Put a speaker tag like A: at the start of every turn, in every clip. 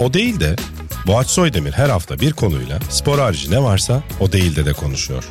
A: O değil de Boğaç Soydemir her hafta bir konuyla spor harici ne varsa o değil de de konuşuyor.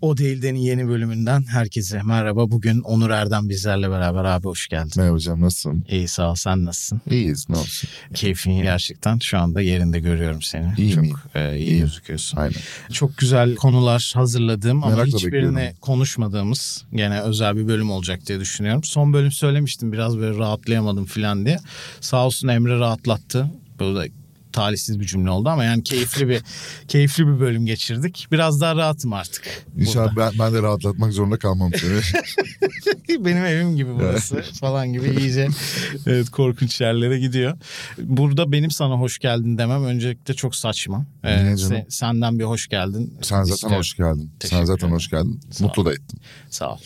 B: O Değil'den'in yeni bölümünden herkese merhaba. Bugün Onur Erdem bizlerle beraber abi hoş geldin.
C: Merhaba hocam nasılsın?
B: İyi sağ ol sen nasılsın?
C: İyiyiz ne olsun.
B: Keyfin gerçekten şu anda yerinde görüyorum seni.
C: İyi
B: Çok
C: miyim?
B: e, iyi
C: İyiyim.
B: gözüküyorsun.
C: Aynen.
B: Çok güzel konular hazırladım ama
C: Merakla
B: hiçbirini
C: bekliyorum.
B: konuşmadığımız gene özel bir bölüm olacak diye düşünüyorum. Son bölüm söylemiştim biraz böyle rahatlayamadım falan diye. Sağ olsun Emre rahatlattı. Böyle talihsiz bir cümle oldu ama yani keyifli bir keyifli bir bölüm geçirdik. Biraz daha rahatım artık. burada.
C: İnşallah ben, ben de rahatlatmak zorunda kalmam seni.
B: benim evim gibi burası falan gibi iyice evet, korkunç yerlere gidiyor. Burada benim sana hoş geldin demem öncelikle çok saçma. Ee,
C: Niye canım?
B: se- senden bir hoş geldin.
C: Sen zaten
B: istiyorum.
C: hoş geldin. Sen
B: Teşekkür
C: zaten
B: ederim.
C: hoş geldin.
B: Sağ ol.
C: Mutlu da ettim.
B: Sağ ol.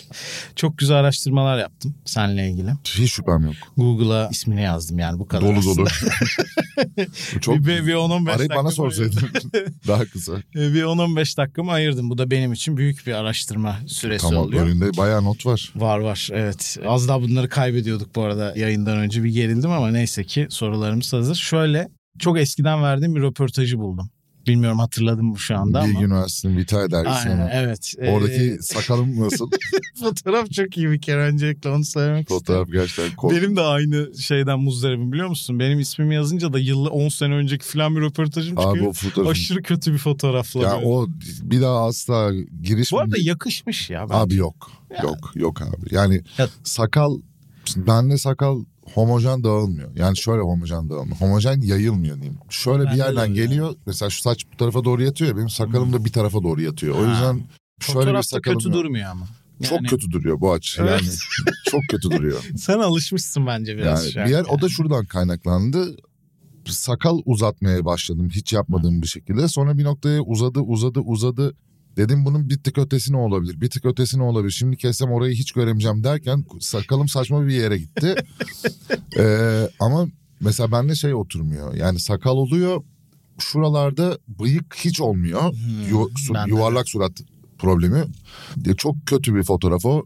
B: Çok güzel araştırmalar yaptım seninle ilgili.
C: Hiç şüphem yok.
B: Google'a ismini yazdım yani bu kadar.
C: Dolu
B: aslında.
C: dolu. Çok
B: Bir, bir, bir 10-15
C: arayıp bana
B: dakikamı-
C: sorsaydın. Daha kısa.
B: e, Bir 10-15 dakikamı ayırdım. Bu da benim için büyük bir araştırma süresi
C: Tamam
B: oluyor.
C: önünde bayağı not var.
B: Var var evet. Az daha bunları kaybediyorduk bu arada yayından önce bir gerildim ama neyse ki sorularımız hazır. Şöyle çok eskiden verdiğim bir röportajı buldum. Bilmiyorum hatırladım mı şu anda
C: Bilgi
B: ama.
C: Üniversitesi'nin Vitae dergisine.
B: Aynen
C: bak.
B: evet. Ee,
C: Oradaki sakalım nasıl?
B: fotoğraf çok iyi bir kere öncelikle onu söylemek istiyorum.
C: Fotoğraf gerçekten korkunç.
B: Benim de aynı şeyden muzdaribim biliyor musun? Benim ismimi yazınca da yıllı 10 sene önceki falan bir röportajım
C: Abi o
B: çıkıyor.
C: fotoğrafın.
B: Aşırı kötü bir fotoğrafla.
C: Ya
B: böyle.
C: o bir daha asla giriş
B: Bu arada yakışmış ya. Ben.
C: Abi yok.
B: Yani.
C: Yok yok abi. Yani
B: Ya-
C: sakal benle sakal homojen dağılmıyor. Yani şöyle homojen dağılmıyor. Homojen yayılmıyor diyeyim. Şöyle
B: Bende
C: bir
B: de
C: yerden
B: öyle.
C: geliyor. Mesela şu saç bu tarafa doğru yatıyor ya. Benim sakalım da bir tarafa doğru yatıyor. O
B: Ha.
C: yüzden şöyle bir
B: Fotoğrafta
C: sakalım
B: kötü
C: yok.
B: durmuyor ama.
C: Çok
B: Yani
C: kötü duruyor bu aç.
B: Evet.
C: Yani çok kötü duruyor.
B: Sen alışmışsın bence biraz.
C: Yani
B: şu an.
C: bir yer o da şuradan kaynaklandı. Sakal uzatmaya başladım hiç yapmadığım bir şekilde. Sonra bir noktaya uzadı uzadı uzadı. Dedim bunun bir tık ötesi ne olabilir? Bir tık ötesi ne olabilir? Şimdi kessem orayı hiç göremeyeceğim derken sakalım saçma bir yere gitti. Ee, ama mesela bende şey oturmuyor. Yani sakal oluyor. Şuralarda bıyık hiç olmuyor.
B: Hmm,
C: Yu- su-
B: bende de.
C: yuvarlak surat problemi. Ya Çok kötü bir fotoğraf o.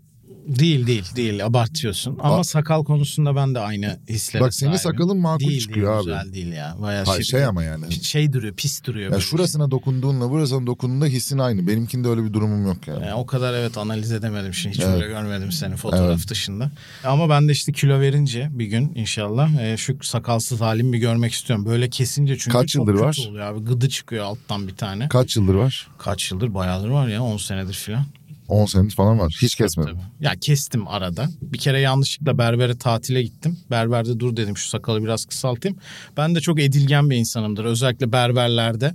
B: Değil değil değil abartıyorsun. Ama
C: Aa.
B: sakal konusunda ben de aynı hislere
C: Bak senin
B: sahibim.
C: sakalın makul
B: değil,
C: çıkıyor
B: değil,
C: abi.
B: Güzel değil ya. Bayağı
C: Hayır,
B: şey,
C: şey ama yani.
B: şey duruyor pis duruyor.
C: Ya
B: böyle.
C: şurasına dokunduğunla burasına dokunduğunda hissin aynı. Benimkinde öyle bir durumum yok yani.
B: Yani o kadar evet analiz edemedim şimdi. Hiç
C: Evet.
B: öyle görmedim seni fotoğraf dışında. Ama ben de işte kilo verince bir gün inşallah e, şu sakalsız halimi bir görmek istiyorum. Böyle kesince çünkü
C: Kaç
B: çok
C: yıldır
B: kötü
C: var?
B: oluyor abi. Gıdı çıkıyor alttan bir tane.
C: Kaç yıldır var?
B: Kaç yıldır bayağıdır var ya 10 senedir filan.
C: 10 senedir falan var. Hiç kesmedim.
B: Tabii. Ya kestim arada. Bir kere yanlışlıkla berbere tatile gittim. Berberde dur dedim şu sakalı biraz kısaltayım. Ben de çok edilgen bir insanımdır. Özellikle berberlerde.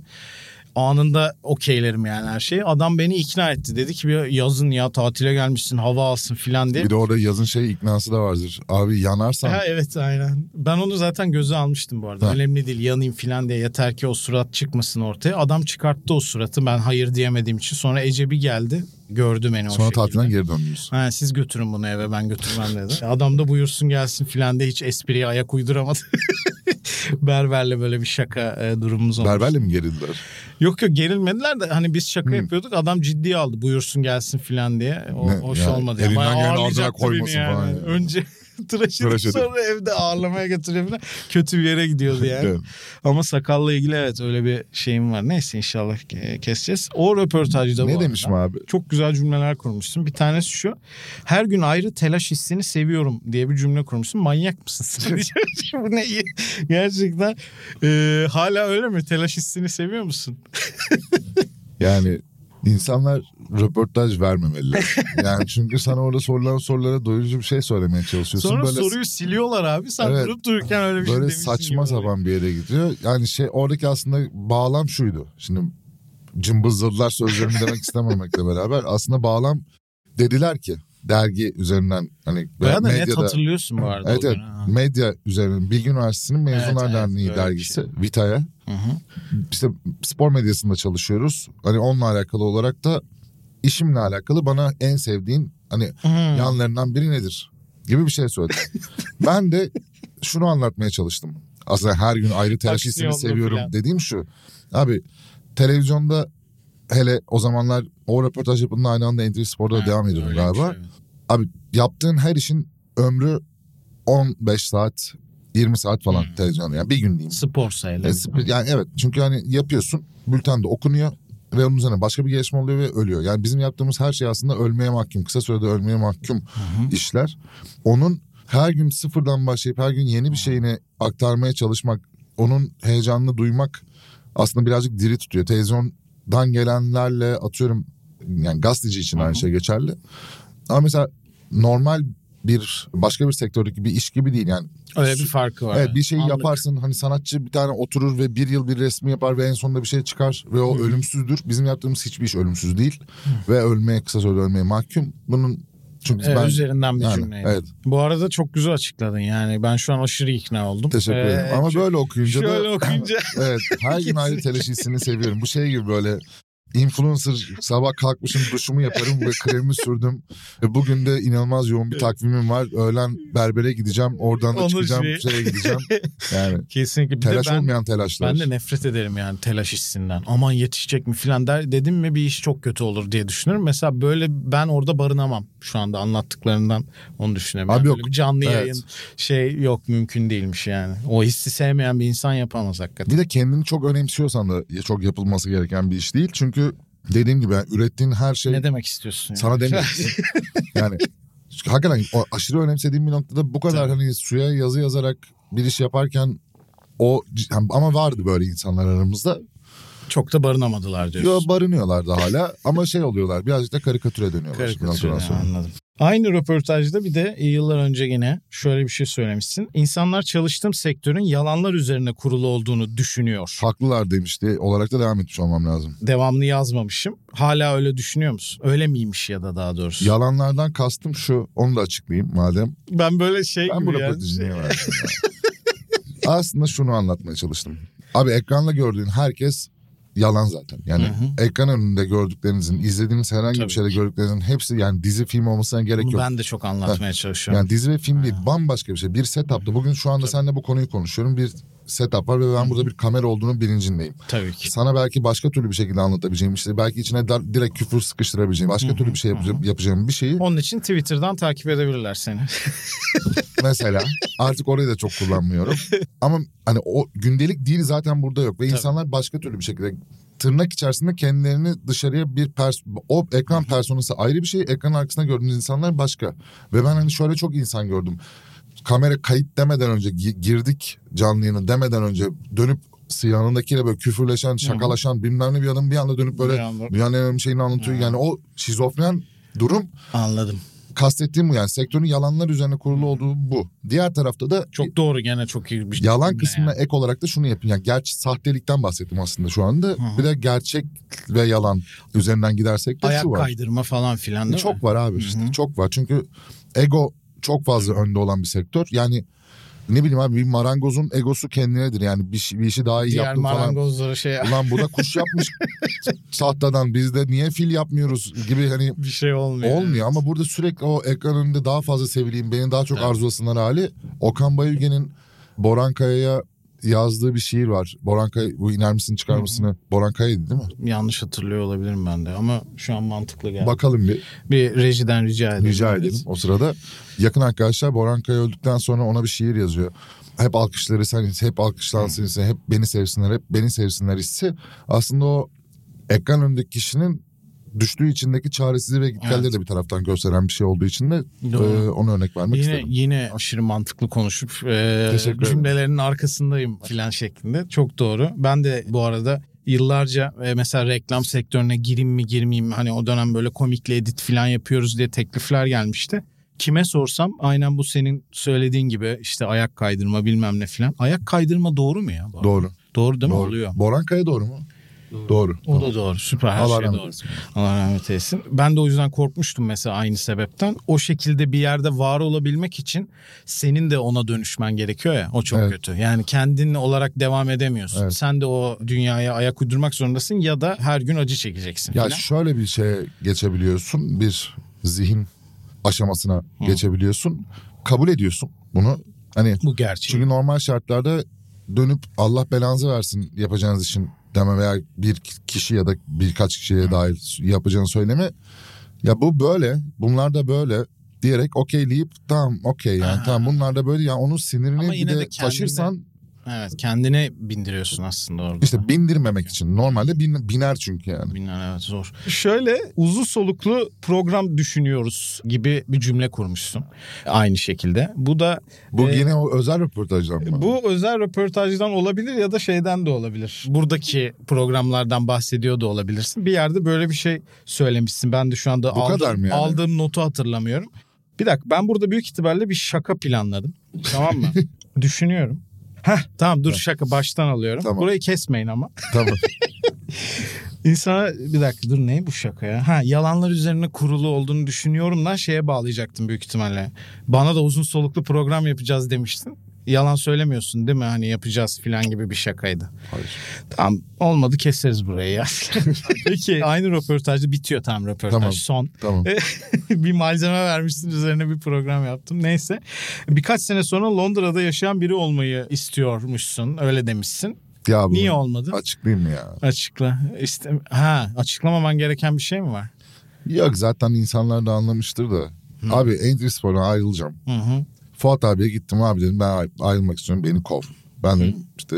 B: Anında okeylerim yani her şeyi. Adam beni ikna etti. Dedi ki bir yazın ya tatile gelmişsin hava alsın filan diye.
C: Bir de orada yazın şey iknası da vardır. Abi yanarsan
B: Ha, evet aynen. Ben onu zaten göze almıştım bu arada.
C: Ha.
B: Önemli değil yanayım filan diye yeter ki o surat çıkmasın ortaya. Adam çıkarttı o suratı ben hayır diyemediğim için. Sonra Ece bir geldi gördü beni o
C: sonra
B: şekilde.
C: tatilden geri dönmüyorsun.
B: Ha, siz götürün bunu eve ben götürmem dedi. Adam da buyursun gelsin filan de hiç espriye ayak uyduramadı. Berberle böyle bir şaka e, durumumuz oldu.
C: Berberle mi gerildiler?
B: Yok yok gerilmediler de hani biz şaka yapıyorduk adam ciddiye aldı buyursun gelsin filan diye. O,
C: Ne,
B: hoş
C: yani
B: olmadı. Yani.
C: elinden
B: Bayağı
C: geleni ağzına
B: ağırlayacaktı
C: koymasın
B: beni
C: falan
B: yani.
C: yani.
B: Önce tıraş edip
C: Tıraş edip.
B: sonra evde ağırlamaya götürüyor falan. Kötü bir yere gidiyordu yani.
C: Evet.
B: Ama sakalla ilgili evet öyle bir şeyim var. Neyse inşallah e, keseceğiz. O röportajda bu
C: ne
B: arada.
C: demişim abi?
B: Çok güzel cümleler kurmuşsun. Bir tanesi şu. Her gün ayrı telaş hissini seviyorum diye bir cümle kurmuşsun. Manyak mısın sen? diyeceğim. Bu ne iyi. Gerçekten e, hala öyle mi? Telaş hissini seviyor musun?
C: Yani insanlar röportaj vermemeliler. yani çünkü sana orada sorulan sorulara doyurucu bir şey söylemeye çalışıyorsun.
B: Sonra
C: böyle
B: soruyu siliyorlar abi. Sen
C: Evet.
B: durup dururken öyle bir şey
C: böyle
B: demişsin
C: saçma
B: gibi.
C: sapan bir yere gidiyor. Yani şey oradaki aslında bağlam şuydu. Şimdi cımbızladılar sözlerimi demek istememekle beraber. Aslında bağlam dediler ki dergi üzerinden hani
B: Bayağı da net
C: medyada
B: hatırlıyorsun bu arada.
C: Evet
B: o
C: evet
B: günü, ha.
C: medya üzerinden Bilgi Üniversitesi'nin Mezunlar
B: Evet, evet,
C: Derneği
B: böyle bir
C: dergisi
B: şey.
C: Vita'ya.
B: Hı hı.
C: İşte spor medyasında çalışıyoruz. Hani onunla alakalı olarak da işimle alakalı bana en sevdiğin hani
B: Hı.
C: yanlarından biri nedir gibi bir şey söyledi. ben de şunu anlatmaya çalıştım. Aslında her gün ayrı tercih
B: Aksiyonlu
C: seviyorum
B: falan.
C: dediğim şu. Abi televizyonda hele o zamanlar o röportaj yapıldığında aynı anda NTV Spor'da
B: Ha, şey.
C: devam ediyorum
B: öyleymiş,
C: galiba.
B: evet.
C: Abi yaptığın her işin ömrü 15 saat 20 saat falan
B: Hmm.
C: televizyonda. Yani bir gün diyeyim.
B: Spor sayılır.
C: E, sp- Yani evet çünkü hani yapıyorsun bülten de okunuyor ve onun üzerine başka bir gelişme oluyor ve ölüyor. Yani bizim yaptığımız her şey aslında ölmeye mahkum. Kısa sürede ölmeye mahkum işler. Onun her gün sıfırdan başlayıp her gün yeni bir şeyini aktarmaya çalışmak, onun heyecanını duymak aslında birazcık diri tutuyor. Televizyondan gelenlerle atıyorum yani gazeteci için
B: Hı hı.
C: aynı şey geçerli. Ama mesela normal bir başka bir sektördeki bir iş gibi değil yani.
B: Öyle bir farkı var.
C: Evet bir şey
B: Anlık.
C: yaparsın hani sanatçı bir tane oturur ve bir yıl bir resmi yapar ve en sonunda bir şey çıkar ve o
B: Hı.
C: ölümsüzdür. Bizim yaptığımız hiçbir iş ölümsüz değil ve ölmeye kısa sürede ölmeye mahkum. Bunun çünkü
B: Evet,
C: ben
B: üzerinden bir
C: yani,
B: cümleydi.
C: evet
B: Bu arada çok güzel açıkladın yani. Ben şu an aşırı ikna oldum.
C: teşekkür
B: Ee,
C: ederim. Ama
B: şu-
C: böyle okuyunca
B: şöyle
C: da
B: okuyunca
C: evet her gün ayrı teleşisini seviyorum. Bu şey gibi böyle influencer sabah kalkmışım duşumu yaparım ve kremi sürdüm. Ve bugün de inanılmaz yoğun bir takvimim var. Öğlen berbere gideceğim. Oradan da
B: Onur
C: çıkacağım.
B: şeyi.
C: Şeye gideceğim. Yani
B: kesinlikle bir
C: telaş
B: de ben
C: olmayan telaşlar.
B: ben de nefret ederim yani telaş hissinden. Aman yetişecek mi filan der dedim mi bir iş çok kötü olur diye düşünürüm. Mesela böyle ben orada barınamam şu anda anlattıklarından onu düşünemiyorum.
C: Abi
B: Böyle
C: yok.
B: bir canlı
C: Evet.
B: yayın şey yok mümkün değilmiş yani. O hissi sevmeyen bir insan yapamaz hakikaten.
C: Bir de kendini çok önemsiyorsan da çok yapılması gereken bir iş değil. Çünkü dediğim gibi yani ürettiğin her şey
B: Ne demek istiyorsun? ya?
C: sana demiyor. yani hakikaten o aşırı önemsediğim bir noktada bu kadar hani suya yazı yazarak bir iş yaparken o ama vardı böyle insanlar aramızda.
B: Çok da barınamadılar diyorsun.
C: Ya barınıyorlardı hala ama şey oluyorlar birazcık da karikatüre dönüyorlar. bir noktadan
B: Karikatür,
C: sonra.
B: anladım. Aynı röportajda bir de yıllar önce yine şöyle bir şey söylemişsin. İnsanlar çalıştığım sektörün yalanlar üzerine kurulu olduğunu düşünüyor.
C: Haklılar demişti olarak da devam etmiş olmam lazım.
B: Devamlı yazmamışım. Hala öyle düşünüyor musun? Öyle miymiş ya da daha doğrusu?
C: Yalanlardan kastım şu onu da açıklayayım madem.
B: Ben böyle şey
C: Ben bu
B: gibi yani.
C: röportajı niye verdim ya? Aslında şunu anlatmaya çalıştım. Abi ekranla gördüğün herkes yalan zaten. Yani
B: Hı
C: ekran önünde gördüklerinizin, izlediğiniz herhangi
B: Tabii
C: bir şeyde gördüklerinizin hepsi yani dizi film olmasına gerek
B: Bunu
C: yok.
B: ben de çok anlatmaya çalışıyorum.
C: Yani dizi ve film değil bambaşka bir şey. Bir setup'ta bugün şu anda seninle bu konuyu konuşuyorum. Bir setup var ve ben burada bir kamera olduğunun bilincindeyim.
B: Tabii ki.
C: Sana belki başka türlü bir şekilde anlatabileceğim işte belki içine dar- direkt küfür sıkıştırabileceğim başka türlü bir şey yapacağım, yapacağım bir şeyi
B: Onun için Twitter'dan takip edebilirler seni.
C: mesela. Artık orayı da çok kullanmıyorum. Ama hani o gündelik dil zaten burada yok. Ve
B: Tabii.
C: insanlar başka türlü bir şekilde tırnak içerisinde kendilerini dışarıya bir pers o ekran personası ayrı bir şey. Ekranın arkasında gördüğünüz insanlar başka. Ve ben hani şöyle çok insan gördüm. Kamera kayıt demeden önce gi- girdik canlı yayına demeden önce dönüp yanındakiyle böyle küfürleşen, şakalaşan bilmem ne bir adam bir anda dönüp
B: Bir
C: böyle
B: anda-
C: dünyanın en önemli şeyini anlatıyor. Yani o şizofren durum
B: Anladım.
C: kastettiğim bu yani sektörün yalanlar üzerine kurulu olduğu bu. Diğer tarafta da e,
B: Çok doğru gene çok iyi bir şey.
C: yalan
B: Yani.
C: kısmına ek olarak da şunu yapın. Yani gerçi sahtelikten bahsettim aslında şu anda. Bir de gerçek ve yalan üzerinden gidersek de
B: Ayak
C: şu var.
B: kaydırma falan filan değil
C: çok
B: mi?
C: var abi işte çok var. Çünkü ego çok fazla önde olan bir sektör. Yani ne bileyim abi bir marangozun egosu kendinedir. Yani bir, şi- bir işi daha iyi
B: Diğer
C: yaptım falan.
B: marangozlara şey
C: Ulan bu da kuş yapmış tahtadan biz de niye fil yapmıyoruz gibi hani
B: bir şey olmuyor.
C: Olmuyor ama burada sürekli o ekran önünde daha fazla sevileyim, beni daha çok arzulasınlar hali. Okan Bayülgen'in Boran Kaya'ya yazdığı bir şiir var. Boran Kaya, bu iner misin çıkar mısını? Boran Kaya'ydı değil mi?
B: Yanlış hatırlıyor olabilirim ben de ama şu an mantıklı geldi.
C: Bakalım bir
B: bir rejiden rica edelim.
C: rica edelim o sırada. Yakın arkadaşlar Boran Kaya öldükten sonra ona bir şiir yazıyor. Hep alkışları sen hep alkışlansın, sen hep beni sevsinler, hep beni sevsinler hissi. Aslında o ekran önündeki kişinin düştüğü içindeki çaresizliği ve gitgelleri
B: Evet.
C: de bir taraftan gösteren bir şey olduğu için de
B: Doğru.
C: e, ona örnek vermek
B: Yine
C: istedim.
B: yine aşırı mantıklı konuşup e,
C: Teşekkür ederim.
B: cümlelerinin arkasındayım filan şeklinde. Çok doğru. Ben de bu arada yıllarca e, mesela reklam sektörüne gireyim mi girmeyeyim mi hani o dönem böyle komikle edit filan yapıyoruz diye teklifler gelmişti. Kime sorsam aynen bu senin söylediğin gibi işte ayak kaydırma bilmem ne filan. Ayak kaydırma doğru mu ya? bu arada?
C: Doğru.
B: Doğru değil mi?
C: Doğru.
B: Oluyor.
C: Boran Kaya doğru mu? Doğru.
B: O da doğru. Süper her
C: Allah
B: şey
C: rahmet
B: doğru.
C: eylesin.
B: Allah rahmet eylesin. Ben de o yüzden korkmuştum mesela aynı sebepten. O şekilde bir yerde var olabilmek için senin de ona dönüşmen gerekiyor ya. O çok
C: Evet.
B: kötü. Yani kendin olarak devam edemiyorsun.
C: Evet.
B: Sen de o dünyaya ayak uydurmak zorundasın ya da her gün acı çekeceksin.
C: Ya
B: filan.
C: şöyle bir şeye geçebiliyorsun. Bir zihin aşamasına geçebiliyorsun. Kabul ediyorsun bunu. Hani
B: Bu gerçek.
C: çünkü normal şartlarda dönüp Allah belanızı versin yapacağınız işin deme veya bir kişi ya da birkaç kişiye dair yapacağını söyleme. Ya bu böyle, bunlar da böyle diyerek okeyleyip tamam okey yani
B: Ha.
C: tamam bunlar da böyle yani onun sinirini
B: Ama
C: bir
B: yine
C: de,
B: de kendine-
C: taşırsan
B: Evet kendine bindiriyorsun aslında orada.
C: işte bindirmemek için normalde bin- biner çünkü yani.
B: Bilmem evet zor. Şöyle uzun soluklu program düşünüyoruz gibi bir cümle kurmuşsun aynı şekilde. Bu da
C: Bu
B: Ee, e,
C: yine o özel röportajdan mı?
B: bu özel röportajdan olabilir ya da şeyden de olabilir. Buradaki programlardan bahsediyor da olabilirsin. Bir yerde böyle bir şey söylemişsin. Ben de şu anda
C: Bu
B: aldığım,
C: kadar mı yani?
B: aldığım notu hatırlamıyorum. Bir dakika ben burada büyük ihtimalle bir şaka planladım. Tamam mı? Düşünüyorum. Heh tamam dur şaka baştan alıyorum.
C: Tamam.
B: Burayı kesmeyin ama.
C: Tamam.
B: İnsana bir dakika dur ne bu şaka ya? Ha yalanlar üzerine kurulu olduğunu düşünüyorum lan şeye bağlayacaktım büyük ihtimalle. Bana da uzun soluklu program yapacağız demiştin. Yalan söylemiyorsun değil mi? Hani yapacağız filan gibi bir şakaydı.
C: Hayır.
B: Tamam olmadı keseriz burayı ya. Peki aynı röportajda bitiyor tam röportaj
C: Tamam.
B: son.
C: Tamam.
B: bir malzeme vermişsin üzerine bir program yaptım. Neyse birkaç sene sonra Londra'da yaşayan biri olmayı istiyormuşsun öyle demişsin.
C: Ya bu
B: Niye olmadı?
C: açıklayayım mı ya?
B: Açıkla. İşte ha açıklamaman gereken bir şey mi var?
C: Yok zaten insanlar da anlamıştır da. Abi Endris Spor'a ayrılacağım.
B: Hı hı.
C: Fuat abiye gittim abi dedim ben ay- ayrılmak istiyorum beni kov. Ben dedim işte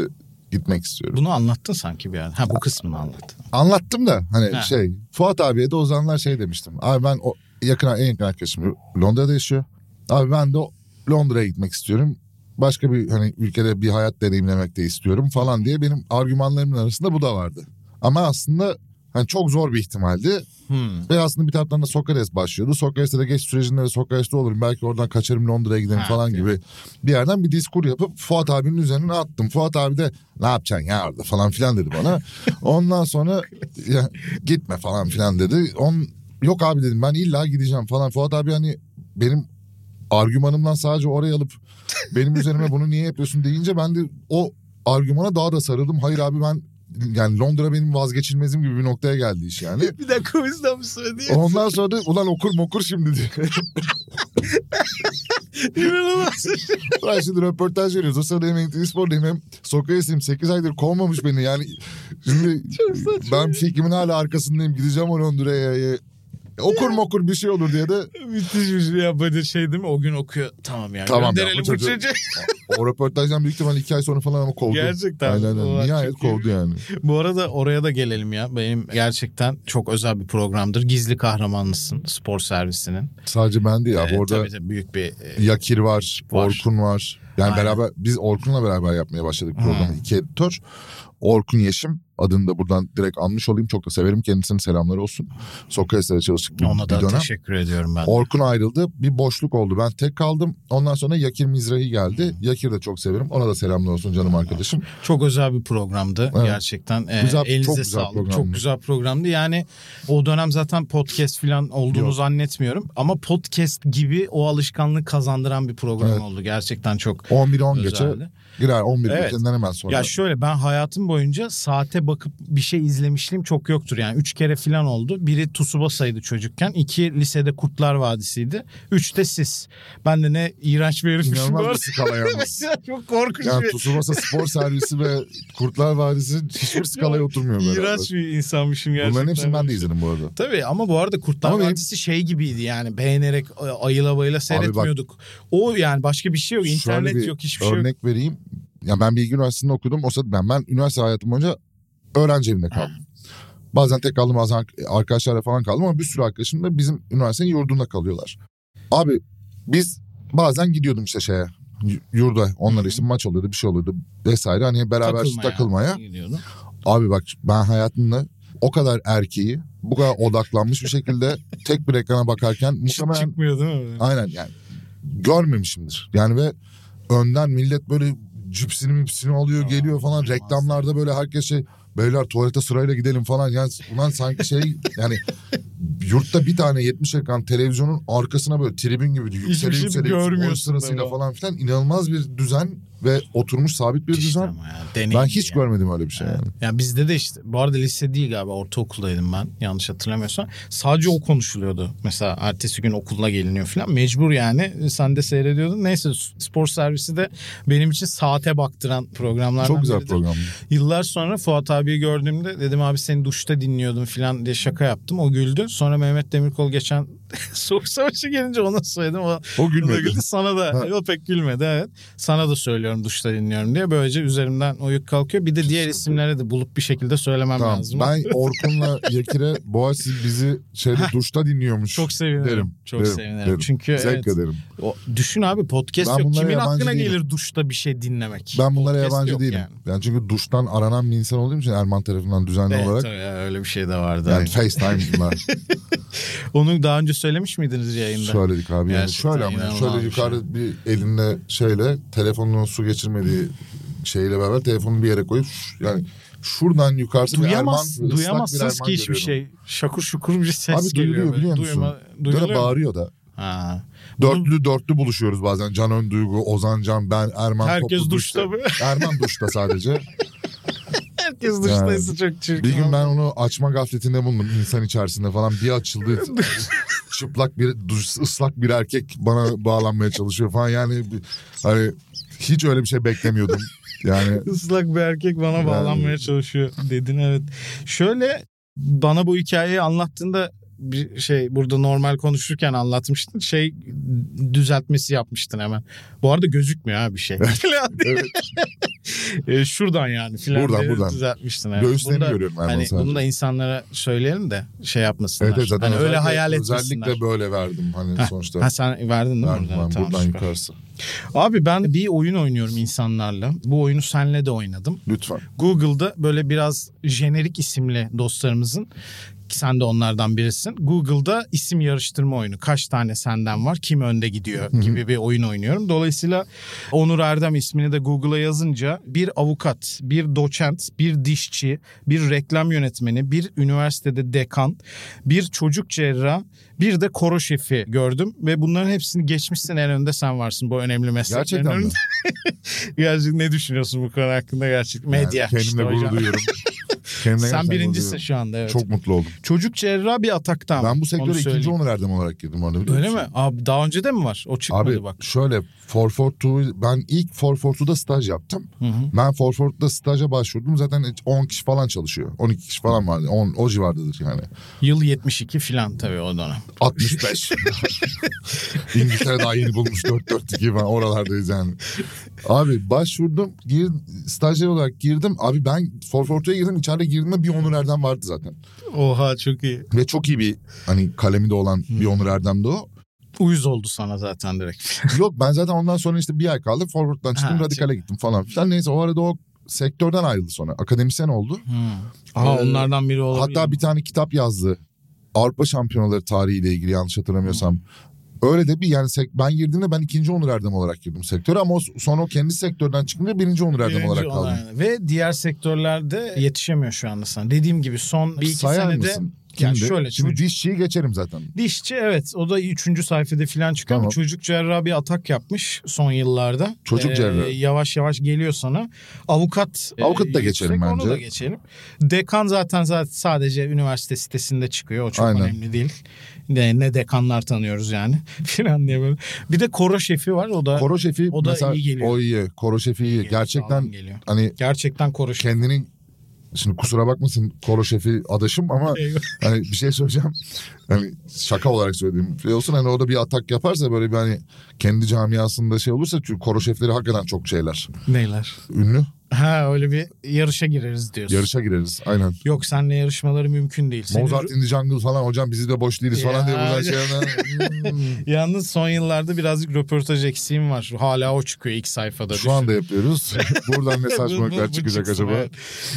C: gitmek istiyorum.
B: Bunu anlattın sanki bir yerde. Ha bu kısmını anlattın.
C: Anlattım da hani
B: Ha.
C: şey Fuat abiye de o zamanlar şey demiştim. Abi ben o yakın en yakın arkadaşım Londra'da yaşıyor. Abi ben de o- Londra'ya gitmek istiyorum. Başka bir hani ülkede bir hayat deneyimlemek de istiyorum falan diye benim argümanlarımın arasında bu da vardı. Ama aslında hani çok zor bir ihtimaldi.
B: Hmm.
C: Ve aslında bir taraftan da Sokrates başlıyordu. Sokrates'te de geç sürecinde de Sokrates'te olurum. Belki oradan kaçarım Londra'ya giderim
B: Ha,
C: falan
B: evet.
C: gibi. Bir yerden bir diskur yapıp Fuat abinin üzerine attım. Fuat abi de ne yapacaksın ya orada falan filan dedi bana. Ondan sonra ya, gitme falan filan dedi. On, yok abi dedim ben illa gideceğim falan. Fuat abi hani benim argümanımdan sadece oraya alıp benim üzerime bunu niye yapıyorsun deyince ben de o argümana daha da sarıldım. Hayır abi ben yani Londra benim vazgeçilmezim gibi bir noktaya geldi iş yani.
B: Bir dakika o yüzden mi söyledi?
C: Ondan sonra da ulan okur mokur şimdi diyor.
B: İnanılmaz.
C: Ulan şimdi röportaj veriyoruz. O sırada hem Entry Spor'dayım hem Sokrates'im. 8 aydır kovmamış beni yani. Şimdi ben bir şey kimin hala arkasındayım. Gideceğim o Londra'ya. Okur mokur bir şey olur diye de
B: Müthiş bir şey ya. Böyle şey değil mi? O gün okuyor. Tamam yani.
C: Tamam ya, bu
B: Gönderelim bu
C: çocuğu-
B: çocuğu.
C: o röportajdan büyük ihtimalle 2 ay sonra falan ama kovdu.
B: Gerçekten.
C: Aynen aynen.
B: Ulan
C: Nihayet
B: çok iyi.
C: kovdu yani.
B: Bu arada oraya da gelelim ya. Benim gerçekten çok özel bir programdır. Gizli kahramanlısın spor servisinin.
C: Sadece ben değil abi.
B: Ee,
C: Orada
B: tabii de büyük bir... e,
C: Yakir var,
B: Var.
C: Orkun var. Yani
B: Aynen.
C: beraber biz Orkun'la beraber yapmaya başladık programı.
B: Hmm.
C: İki editör. Orkun Yeşim adını da buradan direkt almış olayım. Çok da severim kendisinin selamları olsun. Sokrates'le çalıştık bir,
B: ona
C: bir
B: da
C: dönem.
B: teşekkür ediyorum ben.
C: Orkun ayrıldı. Bir boşluk oldu. Ben tek kaldım. Ondan sonra Yakir Mizrahi geldi.
B: Hmm.
C: Yakir de çok severim. Ona da selamlar olsun canım arkadaşım.
B: Çok özel bir programdı
C: Evet.
B: gerçekten. Ee,
C: Güzel- çok
B: elinize
C: güzel
B: sağlık.
C: programdı.
B: Çok güzel programdı. Yani o dönem zaten podcast falan olduğunu
C: Yok.
B: zannetmiyorum ama podcast gibi o alışkanlığı kazandıran bir program
C: Evet.
B: oldu. Gerçekten çok
C: 11-10 geçe
B: özeldi.
C: girer. 11
B: Evet.
C: geçenden hemen sonra.
B: Ya şöyle ben hayatım boyunca saate bakıp bir şey izlemişliğim çok yoktur. Yani üç kere falan oldu. Biri Tsubasa'ydı çocukken. iki lisede Kurtlar Vadisi'ydi. Üç de siz. Ben de ne iğrenç bir herifmişim. bu
C: İnanılmaz
B: arada.
C: bir skala yalnız.
B: çok korkunç
C: Yani
B: bir
C: Tsubasa Spor Servisi ve Kurtlar Vadisi hiçbir skalaya oturmuyor. beraber.
B: iğrenç bir insanmışım gerçekten.
C: Bunların hepsini ben de izledim bu arada.
B: Tabii ama bu arada Kurtlar
C: Ama benim-
B: Vadisi şey gibiydi yani beğenerek e, ayıla bayıla seyretmiyorduk. O yani başka bir şey yok. internet
C: Şöyle bir
B: yok hiçbir şey yok.
C: örnek vereyim. Ya ben Bilgi Üniversitesi'nde okudum. O sırada ben, ben üniversite hayatım boyunca öğrenci evinde kaldım. Bazen tek kaldım bazen arkadaşlarla falan kaldım ama bir sürü arkadaşım da bizim üniversitenin yurdunda kalıyorlar. Abi biz bazen gidiyordum işte şeye y- yurda onlara işte maç oluyordu bir şey oluyordu vesaire hani beraber takılmaya.
B: Gidiyordu.
C: Abi bak ben hayatımda o kadar erkeği bu kadar odaklanmış bir şekilde tek bir ekrana bakarken
B: Hiç
C: muhtemelen
B: çıkmıyor değil mi?
C: Aynen yani görmemişimdir. Yani ve önden millet böyle cipsini mipsini alıyor
B: Ya,
C: geliyor falan.
B: inanılmaz.
C: Reklamlarda böyle herkes şey beyler tuvalete sırayla gidelim falan. Yani ulan sanki şey yani yurtta bir tane 70 ekran televizyonun arkasına böyle tribün gibi yükseli
B: şey
C: yükseli
B: görmüyorsun
C: sırasıyla
B: da.
C: falan filan inanılmaz bir düzen ve oturmuş sabit bir
B: İşte
C: düzen.
B: ama ya, deneyim
C: Ben hiç
B: yani.
C: görmedim öyle bir şey yani.
B: Ya bizde de işte bu arada lise değil galiba ortaokuldaydım ben yanlış hatırlamıyorsam. Sadece o konuşuluyordu. Mesela ertesi gün okuluna geliniyor falan. Mecbur yani sen de seyrediyordun. Neyse spor servisi de benim için saate baktıran programlardan
C: Çok güzel
B: biridir.
C: program.
B: Yıllar sonra Fuat abiyi gördüğümde dedim abi seni duşta dinliyordum falan diye şaka yaptım. O güldü. Sonra Mehmet Demirkol geçen soğuk savaşı gelince ona söyledim. O
C: O gülmedi.
B: Gülmedi. Sana
C: Ha.
B: da. O pek gülmedi evet. Sana da söylüyorum duşta dinliyorum diye. Böylece üzerimden o yük kalkıyor. Bir de diğer isimlere de bulup bir şekilde söylemem
C: Tamam.
B: lazım.
C: Ben Orkun'la Yekir'e Boğaziçi bizi şeyde duşta dinliyormuş.
B: çok sevinirim.
C: Derim,
B: Çok
C: derim,
B: sevinirim.
C: derim.
B: Çünkü
C: Zevk
B: evet,
C: ederim.
B: o, düşün abi podcast
C: Ben
B: yok.
C: bunlara
B: Kimin
C: yabancı
B: aklına
C: değilim.
B: gelir duşta bir şey dinlemek?
C: Ben bunlara
B: Podcast
C: yabancı
B: yok
C: değilim.
B: Yani.
C: Yani. çünkü duştan aranan bir insan olduğum için Erman tarafından düzenli
B: Evet,
C: olarak.
B: tabii, ya, öyle bir şey de vardı.
C: Yani
B: abi.
C: FaceTime'la
B: Onu daha önce söylemiş miydiniz yayında?
C: söyledik abi. Yani
B: Gerçekten
C: şöyle ama yani
B: inanılmaz
C: şöyle
B: bir şey.
C: yukarı bir elinde şeyle telefonunun su geçirmediği şeyle beraber telefonu bir yere koyup ş- yani şuradan yukarısı bir Erman,
B: Duyamaz,
C: ıslak bir
B: duyamazsınız
C: Erman
B: ki hiçbir
C: görüyorum.
B: şey. Şakur şukur bir ses
C: Abi
B: geliyor.
C: duyuluyor
B: böyle.
C: biliyor musun?
B: Duyma,
C: Böyle
B: duyuluyor mu?
C: bağırıyor da.
B: Ha.
C: Dörtlü dörtlü buluşuyoruz bazen. Can Önduygu, Ozan Can, ben, Erman
B: Herkes
C: toplu
B: duşta mı?
C: Erman duşta sadece.
B: Herkes
C: duştaysa
B: duştaysa çok çirkin.
C: Bir gün ben onu açma gafletinde bulundum insan içerisinde falan bir açıldı. çıplak bir duş- ıslak bir erkek bana bağlanmaya çalışıyor falan yani bir- hani hiç öyle bir şey beklemiyordum. Yani
B: Islak bir erkek bana
C: Yani-
B: bağlanmaya çalışıyor dedin evet. Şöyle bana bu hikayeyi anlattığında bir şey burada normal konuşurken anlatmıştın. Şey düzeltmesi yapmıştın hemen. Bu arada gözükmüyor ha bir şey. Falan diye.
C: evet,
B: E, şuradan yani filan
C: Buradan,
B: diye
C: buradan.
B: düzeltmiştin. Evet.
C: göğüslerini
B: Bunu da-
C: görüyorum Erman
B: Hani
C: sadece.
B: bunu da insanlara söyleyelim de şey yapmasınlar.
C: Evet, evet, zaten
B: hani öyle
C: özellikle-
B: hayal etmesinler.
C: Özellikle böyle verdim hani sonuçta.
B: Ha sen verdin değil mi
C: Verdim
B: buradan?
C: ben,
B: Tamam,
C: buradan
B: süper.
C: yukarısı.
B: Abi ben bir oyun oynuyorum insanlarla. Bu oyunu senle de oynadım.
C: Lütfen.
B: Google'da böyle biraz jenerik isimli dostlarımızın sen de onlardan birisin. Google'da isim yarıştırma oyunu. Kaç tane senden var, kim önde gidiyor gibi bir oyun oynuyorum. Dolayısıyla Onur Erdem ismini de Google'a yazınca bir avukat, bir doçent, bir dişçi, bir reklam yönetmeni, bir üniversitede dekan, bir çocuk cerrah, bir de koro şefi gördüm ve bunların hepsini geçmişsin en önde sen varsın bu önemli mesleklerin
C: Gerçekten mi?
B: önünde. Gerçekten ne düşünüyorsun bu konu hakkında gerçekten? Medya.
C: Yani kendimle
B: işte
C: gurur
B: hocam.
C: duyuyorum. Kendimle gerçekten
B: Sen
C: gurur
B: birincisin
C: duyuyorum.
B: şu anda evet.
C: Çok mutlu oldum.
B: Çocuk cerrah bir ataktan.
C: Ben bu sektöre ikinci Onur Erdem olarak girdim orada. biliyor
B: Öyle
C: musun?
B: mi? Abi daha önce de mi var? O çıkmadı
C: Abi
B: bak.
C: şöyle 442 ben ilk 442'da staj yaptım.
B: Hı hı.
C: Ben 442'da staja başvurdum. Zaten 10 kişi falan çalışıyor. 12 kişi falan vardı. 10 o civardadır yani.
B: Yıl 72 filan tabii o dönem.
C: 65. İngiltere daha yeni bulmuş 442 falan oralardayız yani. Abi başvurdum. Gir, stajyer olarak girdim. Abi ben 442'ye girdim. İçeride girdiğimde bir Onur Erdem vardı zaten.
B: Oha çok iyi.
C: Ve çok iyi bir hani kalemi de olan bir Onur Erdem'di o.
B: Uyuz oldu sana zaten direkt.
C: Yok ben zaten ondan sonra işte bir ay kaldım. Forward'dan çıktım
B: Ha,
C: radikale gittim falan filan. Neyse o arada o sektörden ayrıldı sonra. Akademisyen oldu.
B: Hı. Aa,
C: Ee,
B: onlardan biri olabilir.
C: Hatta bir tane kitap yazdı. Avrupa Şampiyonaları tarihiyle ilgili yanlış hatırlamıyorsam. Öyle de bir yani sek- ben girdiğimde ben ikinci Onur Erdem olarak girdim sektöre ama o, sonra o kendi sektörden çıkınca birinci Onur Erdem
B: Birinci
C: olarak
B: olan
C: kaldım.
B: yani. Ve diğer sektörlerde yetişemiyor şu anda sana. Dediğim gibi son bir iki
C: Sayar
B: senede
C: mısın?
B: Yani
C: Kimdi?
B: şöyle,
C: Şimdi
B: çocuk-
C: dişçiyi geçerim zaten.
B: dişçi evet o da üçüncü sayfada filan çıkıyor ama
C: Tamam.
B: çocuk cerrah bir atak yapmış son yıllarda. Ee,
C: Çocuk cerrahı.
B: Yavaş yavaş geliyor sana. Avukat. e,
C: Avukat da
B: yüksek,
C: geçelim
B: Onu
C: bence.
B: da geçelim. Dekan zaten zaten sadece üniversite sitesinde çıkıyor. O çok
C: Aynen.
B: önemli değil. Ne, ne dekanlar tanıyoruz yani filan diye böyle. Bir de koro şefi var o da
C: Koro şefi
B: O da
C: mesela
B: iyi geliyor.
C: o iyi. Koro şefi iyi.
B: geliyor, sağlam
C: Gerçekten
B: geliyor.
C: hani
B: Gerçekten koro şefi.
C: kendini şimdi kusura bakmasın koro şefi adaşım ama Hani bir şey söyleyeceğim. Hani şaka olarak söylediğim bir şey olsun. Hani orada bir atak yaparsa böyle bir hani kendi camiasında şey olursa çünkü koro şefleri hakikaten çok şeyler.
B: Neyler?
C: Ünlü.
B: Ha öyle bir yarışa gireriz diyorsun.
C: Yarışa gireriz. Aynen.
B: Yok senle yarışmaları mümkün değil. Senin
C: Mozart in the Jungle falan hocam bizi de boş değiliz falan diye buradan
B: Ya.
C: şey Hmm.
B: Yalnız son yıllarda birazcık röportaj eksiğim var. Hala o çıkıyor ilk sayfada.
C: Şu anda yapıyoruz. Buradan ne
B: Bu- bu-
C: saçmalıklar
B: bu
C: çıkacak
B: çıksın,
C: acaba?
B: evet.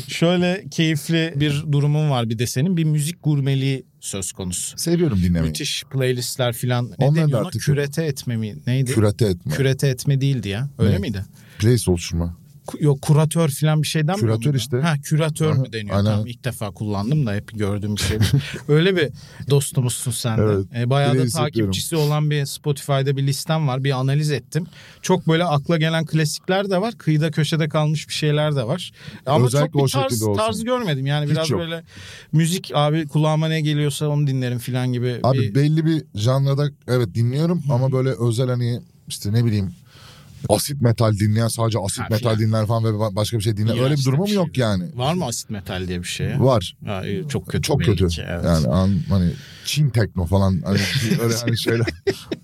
B: Şöyle keyifli bir durumum var bir de senin. Bir müzik gurmeliği söz konusu.
C: Seviyorum dinlemeyi.
B: Müthiş playlistler filan. Ne
C: Onlar da
B: deniyor ona?
C: artık-
B: Kürete etme mi? Neydi?
C: Kürate etme.
B: Kürete etme değildi ya. Öyle
C: Ne?
B: miydi?
C: Place oluşturma.
B: Ku- Yok kuratör falan bir şeyden mi?
C: Küratör
B: oluyor?
C: işte.
B: Ha küratör
C: Aha,
B: mü deniyor?
C: aynen.
B: Tamam ilk defa kullandım da hep gördüğüm bir şey. Öyle bir dostumuzsun sen de.
C: Evet,
B: E, bayağı
C: öyle
B: da
C: hissediyorum.
B: takipçisi olan bir Spotify'da bir listem var. Bir analiz ettim. Çok böyle akla gelen klasikler de var. Kıyıda köşede kalmış bir şeyler de var. Ama
C: Özellikle o
B: çok bir tarz,
C: şekilde olsun.
B: tarz görmedim. Yani
C: Hiç
B: biraz
C: yok.
B: böyle müzik abi kulağıma ne geliyorsa onu dinlerim falan gibi.
C: Abi
B: bir...
C: belli bir janrada evet dinliyorum ama böyle özel hani işte ne bileyim asit metal dinleyen sadece asit
B: Ha,
C: metal
B: filan.
C: dinler falan ve ba- başka bir şey dinler.
B: İğrenç
C: Öyle bir
B: de
C: durumu
B: bir
C: mu
B: şey.
C: yok yani?
B: Var mı asit metal diye bir şey?
C: Var.
B: Ha, iyi, çok kötü.
C: Çok
B: belli
C: kötü.
B: ki, evet.
C: Yani an, hani Çin tekno falan hani öyle hani şeyler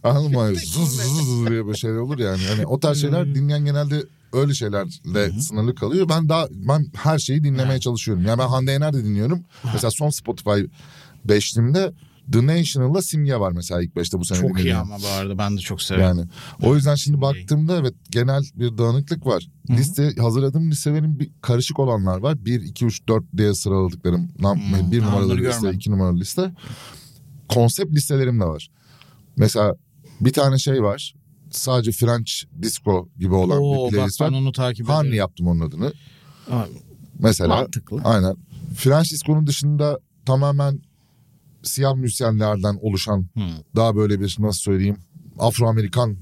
C: anladın mı? Hani Zız zız zız diye böyle şeyler olur yani. Hani o tarz şeyler
B: Hmm.
C: dinleyen genelde öyle şeylerle sınırlı kalıyor. Ben daha ben her şeyi dinlemeye çalışıyorum. Yani ben Hande Yener de dinliyorum. Mesela son Spotify beşliğimde The National'la Simge var mesela ilk beşte bu sene
B: Çok iyi
C: dinlediğim.
B: ama bu arada ben de çok severim.
C: Yani o yüzden şimdi
B: Simge'yi.
C: baktığımda evet genel bir dağınıklık var. Liste hazırladığım listelerin bir karışık olanlar var. 1 2 3 4 diye sıraladıklarım. Nam-
B: Hmm,
C: bir
B: ben
C: numaralı
B: onları
C: liste,
B: görmedim.
C: 2 numaralı liste. Konsept listelerim de var. Mesela bir tane şey var. Sadece French disco gibi olan
B: Oo,
C: bir playlist
B: bak
C: var.
B: ben onu takip
C: Harney
B: ediyorum.
C: yaptım onun adını.
B: Aa,
C: Mesela
B: Mantıklı.
C: aynen. French disco'nun dışında tamamen siyah müzisyenlerden oluşan
B: Hmm.
C: daha böyle bir nasıl söyleyeyim Afro-Amerikan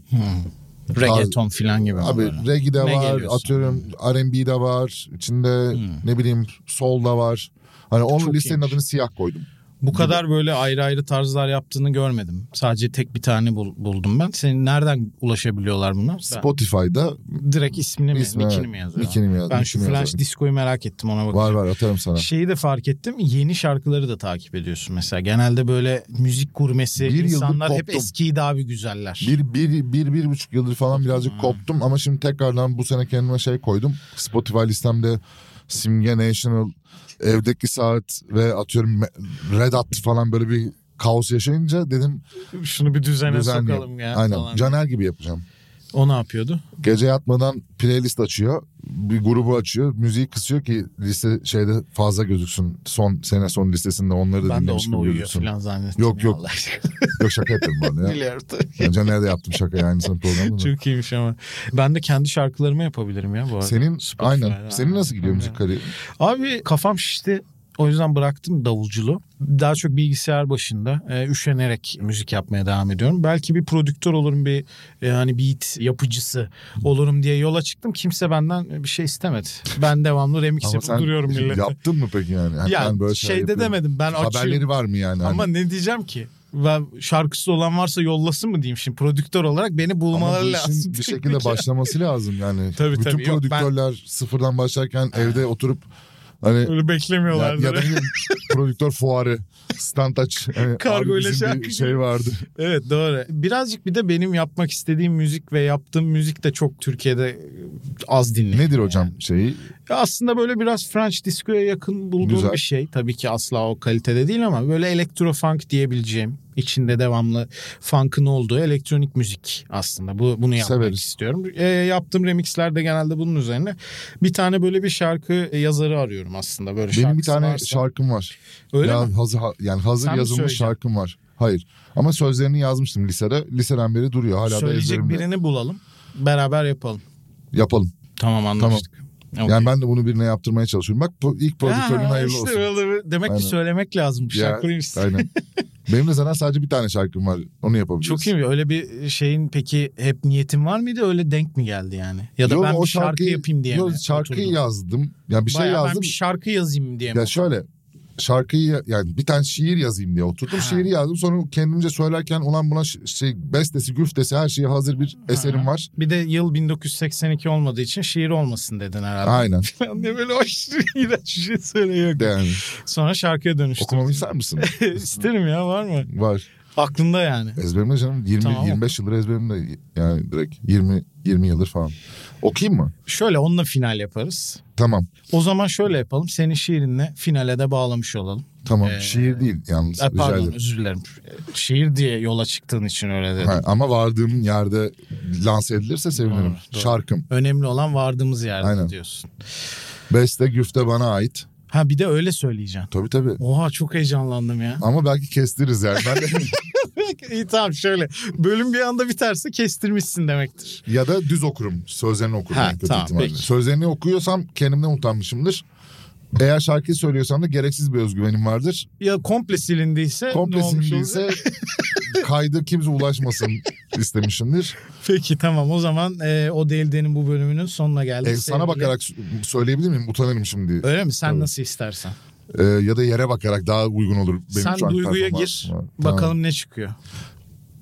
B: Reggaeton filan gibi.
C: Abi
B: onların.
C: reggae de
B: Ne
C: var,
B: geliyorsa.
C: atıyorum R&B de var, içinde ne bileyim soul da var. Hani onun
B: Çok
C: listenin
B: iyiymiş.
C: adını siyah koydum.
B: Bu kadar böyle ayrı ayrı tarzlar yaptığını görmedim. Sadece tek bir tane bul- buldum ben. Senin nereden ulaşabiliyorlar bunlar? Ben-
C: Spotify'da
B: direkt ismini mi,
C: İsmi,
B: nickini
C: evet.
B: mi yazıyor?
C: Nickini mi yaz-
B: Ben şu
C: nickini
B: Flash
C: yazıyor.
B: Disco'yu merak ettim ona bakacağım.
C: var var atarım sana.
B: Şeyi de fark ettim. Yeni şarkıları da takip ediyorsun mesela. Genelde böyle müzik gurmesi
C: Bir yıldır
B: insanlar hep
C: koptum.
B: eskiyi daha bir güzeller.
C: Bir, bir, bir, bir buçuk yıldır falan birazcık koptum ama şimdi tekrardan bu sene kendime şey koydum. Spotify listemde Simge National, Evdeki Saat ve atıyorum Me- Red Hat falan böyle bir kaos yaşayınca dedim
B: Şunu bir düzene
C: düzenleyeyim.
B: sokalım ya.
C: Aynen
B: falan.
C: Caner gibi yapacağım.
B: O ne yapıyordu?
C: Gece yatmadan playlist açıyor. Bir grubu açıyor. Müziği kısıyor ki liste şeyde fazla gözüksün. Son sene son listesinde onları da
B: Ben de
C: dinlemiş
B: onunla
C: gibi
B: uyuyor
C: gözüksün.
B: falan zannettim.
C: Yok,
B: ya
C: yok.
B: Allah aşkına.
C: Yok şaka yapıyorum ben ya.
B: Biliyorum tabii.
C: Yani Caner'de yaptım şaka yani senin programda. da.
B: Çok iyiymiş ama. Ben de kendi şarkılarımı yapabilirim ya bu arada.
C: Senin
B: Spotify'da.
C: aynen. Senin nasıl gidiyor müzik kariyeri?
B: Abi kafam şişti. O yüzden bıraktım davulculuğu. Daha çok bilgisayar başında e, üşenerek müzik yapmaya devam ediyorum. Belki bir prodüktör olurum bir e, hani beat yapıcısı olurum diye yola çıktım. Kimse benden bir şey istemedi. Ben devamlı remix
C: Ama
B: yapıp
C: sen
B: duruyorum millete.
C: yaptın mı peki yani? Hani
B: ya
C: ben böyle şeyler
B: şeyde
C: yapıyorum.
B: demedim ben açıyorum.
C: Haberleri var mı yani? Hani
B: Ama ne diyeceğim ki? Ben şarkısı olan varsa yollasın mı diyeyim şimdi prodüktör olarak beni bulmaları
C: ama bu
B: lazım.
C: işin bir
B: Çünkü
C: şekilde başlaması lazım yani.
B: Tabii,
C: Bütün
B: tabii. Yok, ben-
C: prodüktörler sıfırdan başlarken evde oturup hani
B: Öyle
C: Ya,
B: beklemiyorlardı.
C: ya da ne bileyim, prodüktör fuarı, stand aç. Hani
B: Kargo
C: abi
B: ile
C: bizim
B: şarkı
C: bir
B: gibi.
C: şey vardı.
B: Evet doğru. Birazcık bir de benim yapmak istediğim müzik ve yaptığım müzik de çok Türkiye'de e, az dinleniyor.
C: Nedir hocam şeyi?
B: Ya Aslında böyle biraz French disco'ya yakın bulduğum
C: Güzel.
B: bir şey. Tabii ki asla o kalitede değil ama böyle elektro funk diyebileceğim. içinde devamlı funk'ın olduğu elektronik müzik aslında. Bu bunu yapmak
C: Severiz.
B: istiyorum. E, yaptığım remixler de genelde bunun üzerine. Bir tane böyle bir şarkı yazarı arıyorum aslında böyle
C: Benim bir
B: şarkısı
C: tane
B: varsa.
C: şarkım var.
B: Öyle
C: ya
B: mi?
C: hazır ha- yani hazır
B: Sen mi
C: yazılmış
B: söyleyeceksin?
C: şarkım var. Hayır. Ama sözlerini yazmıştım lisede. Liseden beri duruyor. Hala da
B: Söyleyecek
C: ezberimde.
B: birini bulalım. Beraber yapalım.
C: Yapalım.
B: Tamam anlaştık. Okey.
C: Yani ben de bunu birine yaptırmaya çalışıyorum. Bak bu ilk prodüktörün
B: Ha,
C: hayırlı
B: işte
C: olsun.
B: böyle bir- demek
C: Aynen.
B: ki söylemek lazım.
C: Ya,
B: Şarkıymış.
C: Aynen. Benim de sana sadece bir tane şarkım var. Onu yapabiliriz.
B: Çok iyi. Öyle bir şeyin peki hep niyetin var mıydı? Öyle denk mi geldi yani? Ya da
C: Yok,
B: ben
C: o
B: bir şarkı
C: şarkıyı-
B: yapayım diye
C: Yok,
B: mi?
C: şarkıyı
B: oturdun?
C: yazdım. Ya bir şey
B: Bayağı ben
C: yazdım.
B: bir şarkı yazayım diye mi?
C: Ya şöyle şarkıyı ya- yani bir tane şiir yazayım diye oturdum.
B: Ha.
C: Şiiri yazdım. Sonra kendimce söylerken ulan buna ş- şey bestesi, güftesi her şeye hazır bir eserim var.
B: Bir de yıl 1982 olmadığı için şiir olmasın dedin herhalde.
C: Aynen.
B: Falan diye böyle aşırı iğrenç bir şey söylüyor.
C: De yani.
B: Sonra şarkıya dönüştüm.
C: Okumamı ister misin?
B: İsterim ya var mı?
C: var.
B: Aklında yani.
C: Ezberimde canım 20
B: Tamam.
C: 25 yıldır ezberimde yani direkt 20 20 yıldır falan. Okuyayım mı?
B: Şöyle onunla final yaparız.
C: Tamam.
B: O zaman şöyle yapalım. Senin şiirinle finale de bağlamış olalım.
C: Tamam.
B: Ee,
C: şiir değil yalnız.
B: E,
C: rica
B: pardon
C: ederim.
B: özür dilerim. Şiir diye yola çıktığın için öyle dedim.
C: Ha, ama vardığım yerde lanse edilirse sevinirim.
B: Doğru, doğru.
C: Şarkım.
B: Önemli olan vardığımız yerde
C: Aynen.
B: diyorsun.
C: Beste güfte bana ait.
B: Ha bir de öyle söyleyeceksin.
C: Tabii tabii.
B: Oha çok heyecanlandım ya.
C: Ama belki kestiririz yani. Ben de-
B: İyi tamam şöyle. Bölüm bir anda biterse kestirmişsin demektir.
C: ya da düz okurum. Sözlerini okurum.
B: Ha,
C: yani kötü
B: tamam,
C: ihtimalle.
B: peki.
C: Sözlerini okuyorsam kendimden utanmışımdır. Eğer şarkıyı söylüyorsam da gereksiz bir özgüvenim vardır.
B: Ya komple silindiyse
C: Komple
B: ne olmuş olacak?
C: sildiyse kaydı kimse ulaşmasın istemişimdir.
B: Peki tamam o zaman e, o değildenin bu bölümünün sonuna geldik.
C: E, sana
B: Sevgili-
C: bakarak s- söyleyebilir miyim? Utanırım şimdi.
B: Öyle mi? Sen
C: Tabii.
B: nasıl istersen.
C: E, ya da yere bakarak daha uygun olur. Benim
B: Sen
C: şu anki
B: duyguya
C: performansım.
B: gir.
C: Ha, tamam.
B: Bakalım ne çıkıyor.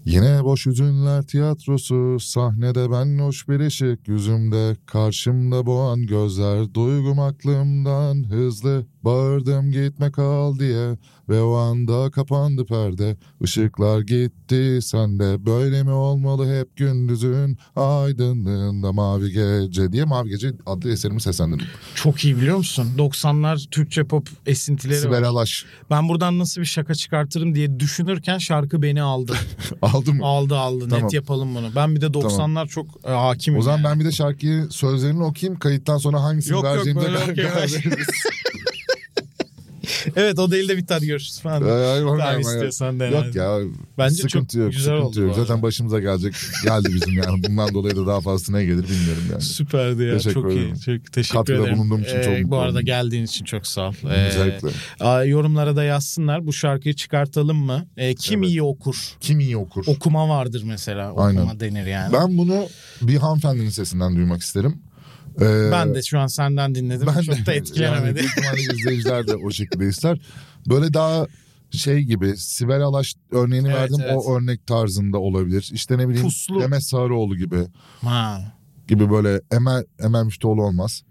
C: Yine boş hüzünler tiyatrosu, sahnede ben hoş bir ışık yüzümde, karşımda boğan gözler, duygum aklımdan hızlı, bağırdım gitme kal diye ve o anda kapandı perde, ışıklar gitti sende, böyle mi olmalı hep gündüzün aydınlığında mavi gece diye mavi gece adlı eserimi seslendirdim.
B: Çok iyi biliyor musun? 90'lar Türkçe pop esintileri. var.
C: Sibel Alaş
B: Ben buradan nasıl bir şaka çıkartırım diye düşünürken şarkı beni aldı.
C: aldım mı?
B: aldı aldı.
C: Tamam.
B: Net yapalım bunu. Ben bir de 90'lar çok e, hakimim.
C: O zaman
B: yani.
C: ben bir de şarkıyı sözlerini okuyayım. Kayıttan sonra hangisini
B: Yok, yok,
C: vereceğimize
B: böyle
C: karar-
B: okey,
C: karar
B: ver.
C: veririz.
B: Evet o değil de biter görüşürüz falan.
C: Ay, ay,
B: Tamam,
C: ay, ay.
B: istiyorsan dene.
C: Yok ya.
B: Bence
C: sıkıntı
B: çok
C: yok.
B: güzel
C: sıkıntı
B: oldu bu
C: yok.
B: arada.
C: Zaten başımıza gelecek. Geldi bizim yani. Bundan dolayı da daha fazlasına gelir bilmiyorum yani.
B: Süperdi ya.
C: Teşekkür
B: çok iyi.
C: ederim.
B: Çok teşekkür
C: Katkıda
B: ederim. Ee,
C: bulunduğum için çok mutlu
B: Bu arada
C: oldum.
B: geldiğin için çok sağ ol. Ee,
C: Özellikle.
B: a- yorumlara da yazsınlar. Bu şarkıyı çıkartalım mı? Ee, kim
C: Evet.
B: iyi okur?
C: Kim iyi okur?
B: Okuma vardır mesela. Okuma
C: Aynen.
B: denir yani. Ben,
C: Ben bunu bir hanımefendinin sesinden duymak isterim. Ee,
B: de şu an senden dinledim. çok da
C: Yani
B: etkilenemedi.
C: büyük ihtimalle izleyiciler de o şekilde ister. Böyle daha şey gibi Sibel Alaş örneğini
B: Evet,
C: verdim.
B: evet.
C: O örnek tarzında olabilir. İşte ne bileyim
B: Puslu.
C: Mehmet Sarıoğlu gibi.
B: ha,
C: Gibi böyle Emel, Emel Müftüoğlu olmaz.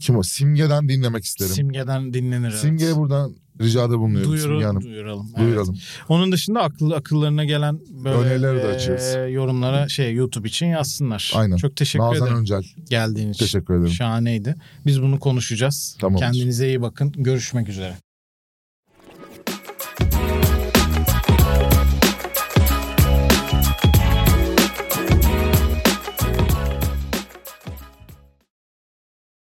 C: Kim o? Simge'den dinlemek isterim.
B: simgeden dinlenir. evet.
C: Simge'ye buradan ricada bulunuyorum Simge
B: Duyurun,
C: Hanım.
B: duyuralım. evet.
C: Duyuralım.
B: Onun dışında akıl, akıllarına gelen böyle
C: Önerileri de
B: e,
C: açıyoruz.
B: yorumlara şey YouTube için yazsınlar.
C: Aynen.
B: Çok teşekkür
C: Nazan
B: ederim
C: Öncel.
B: geldiğin için.
C: Teşekkür ederim.
B: Şahaneydi. Biz bunu konuşacağız.
C: Tamamdır.
B: Kendinize iyi bakın. Görüşmek üzere.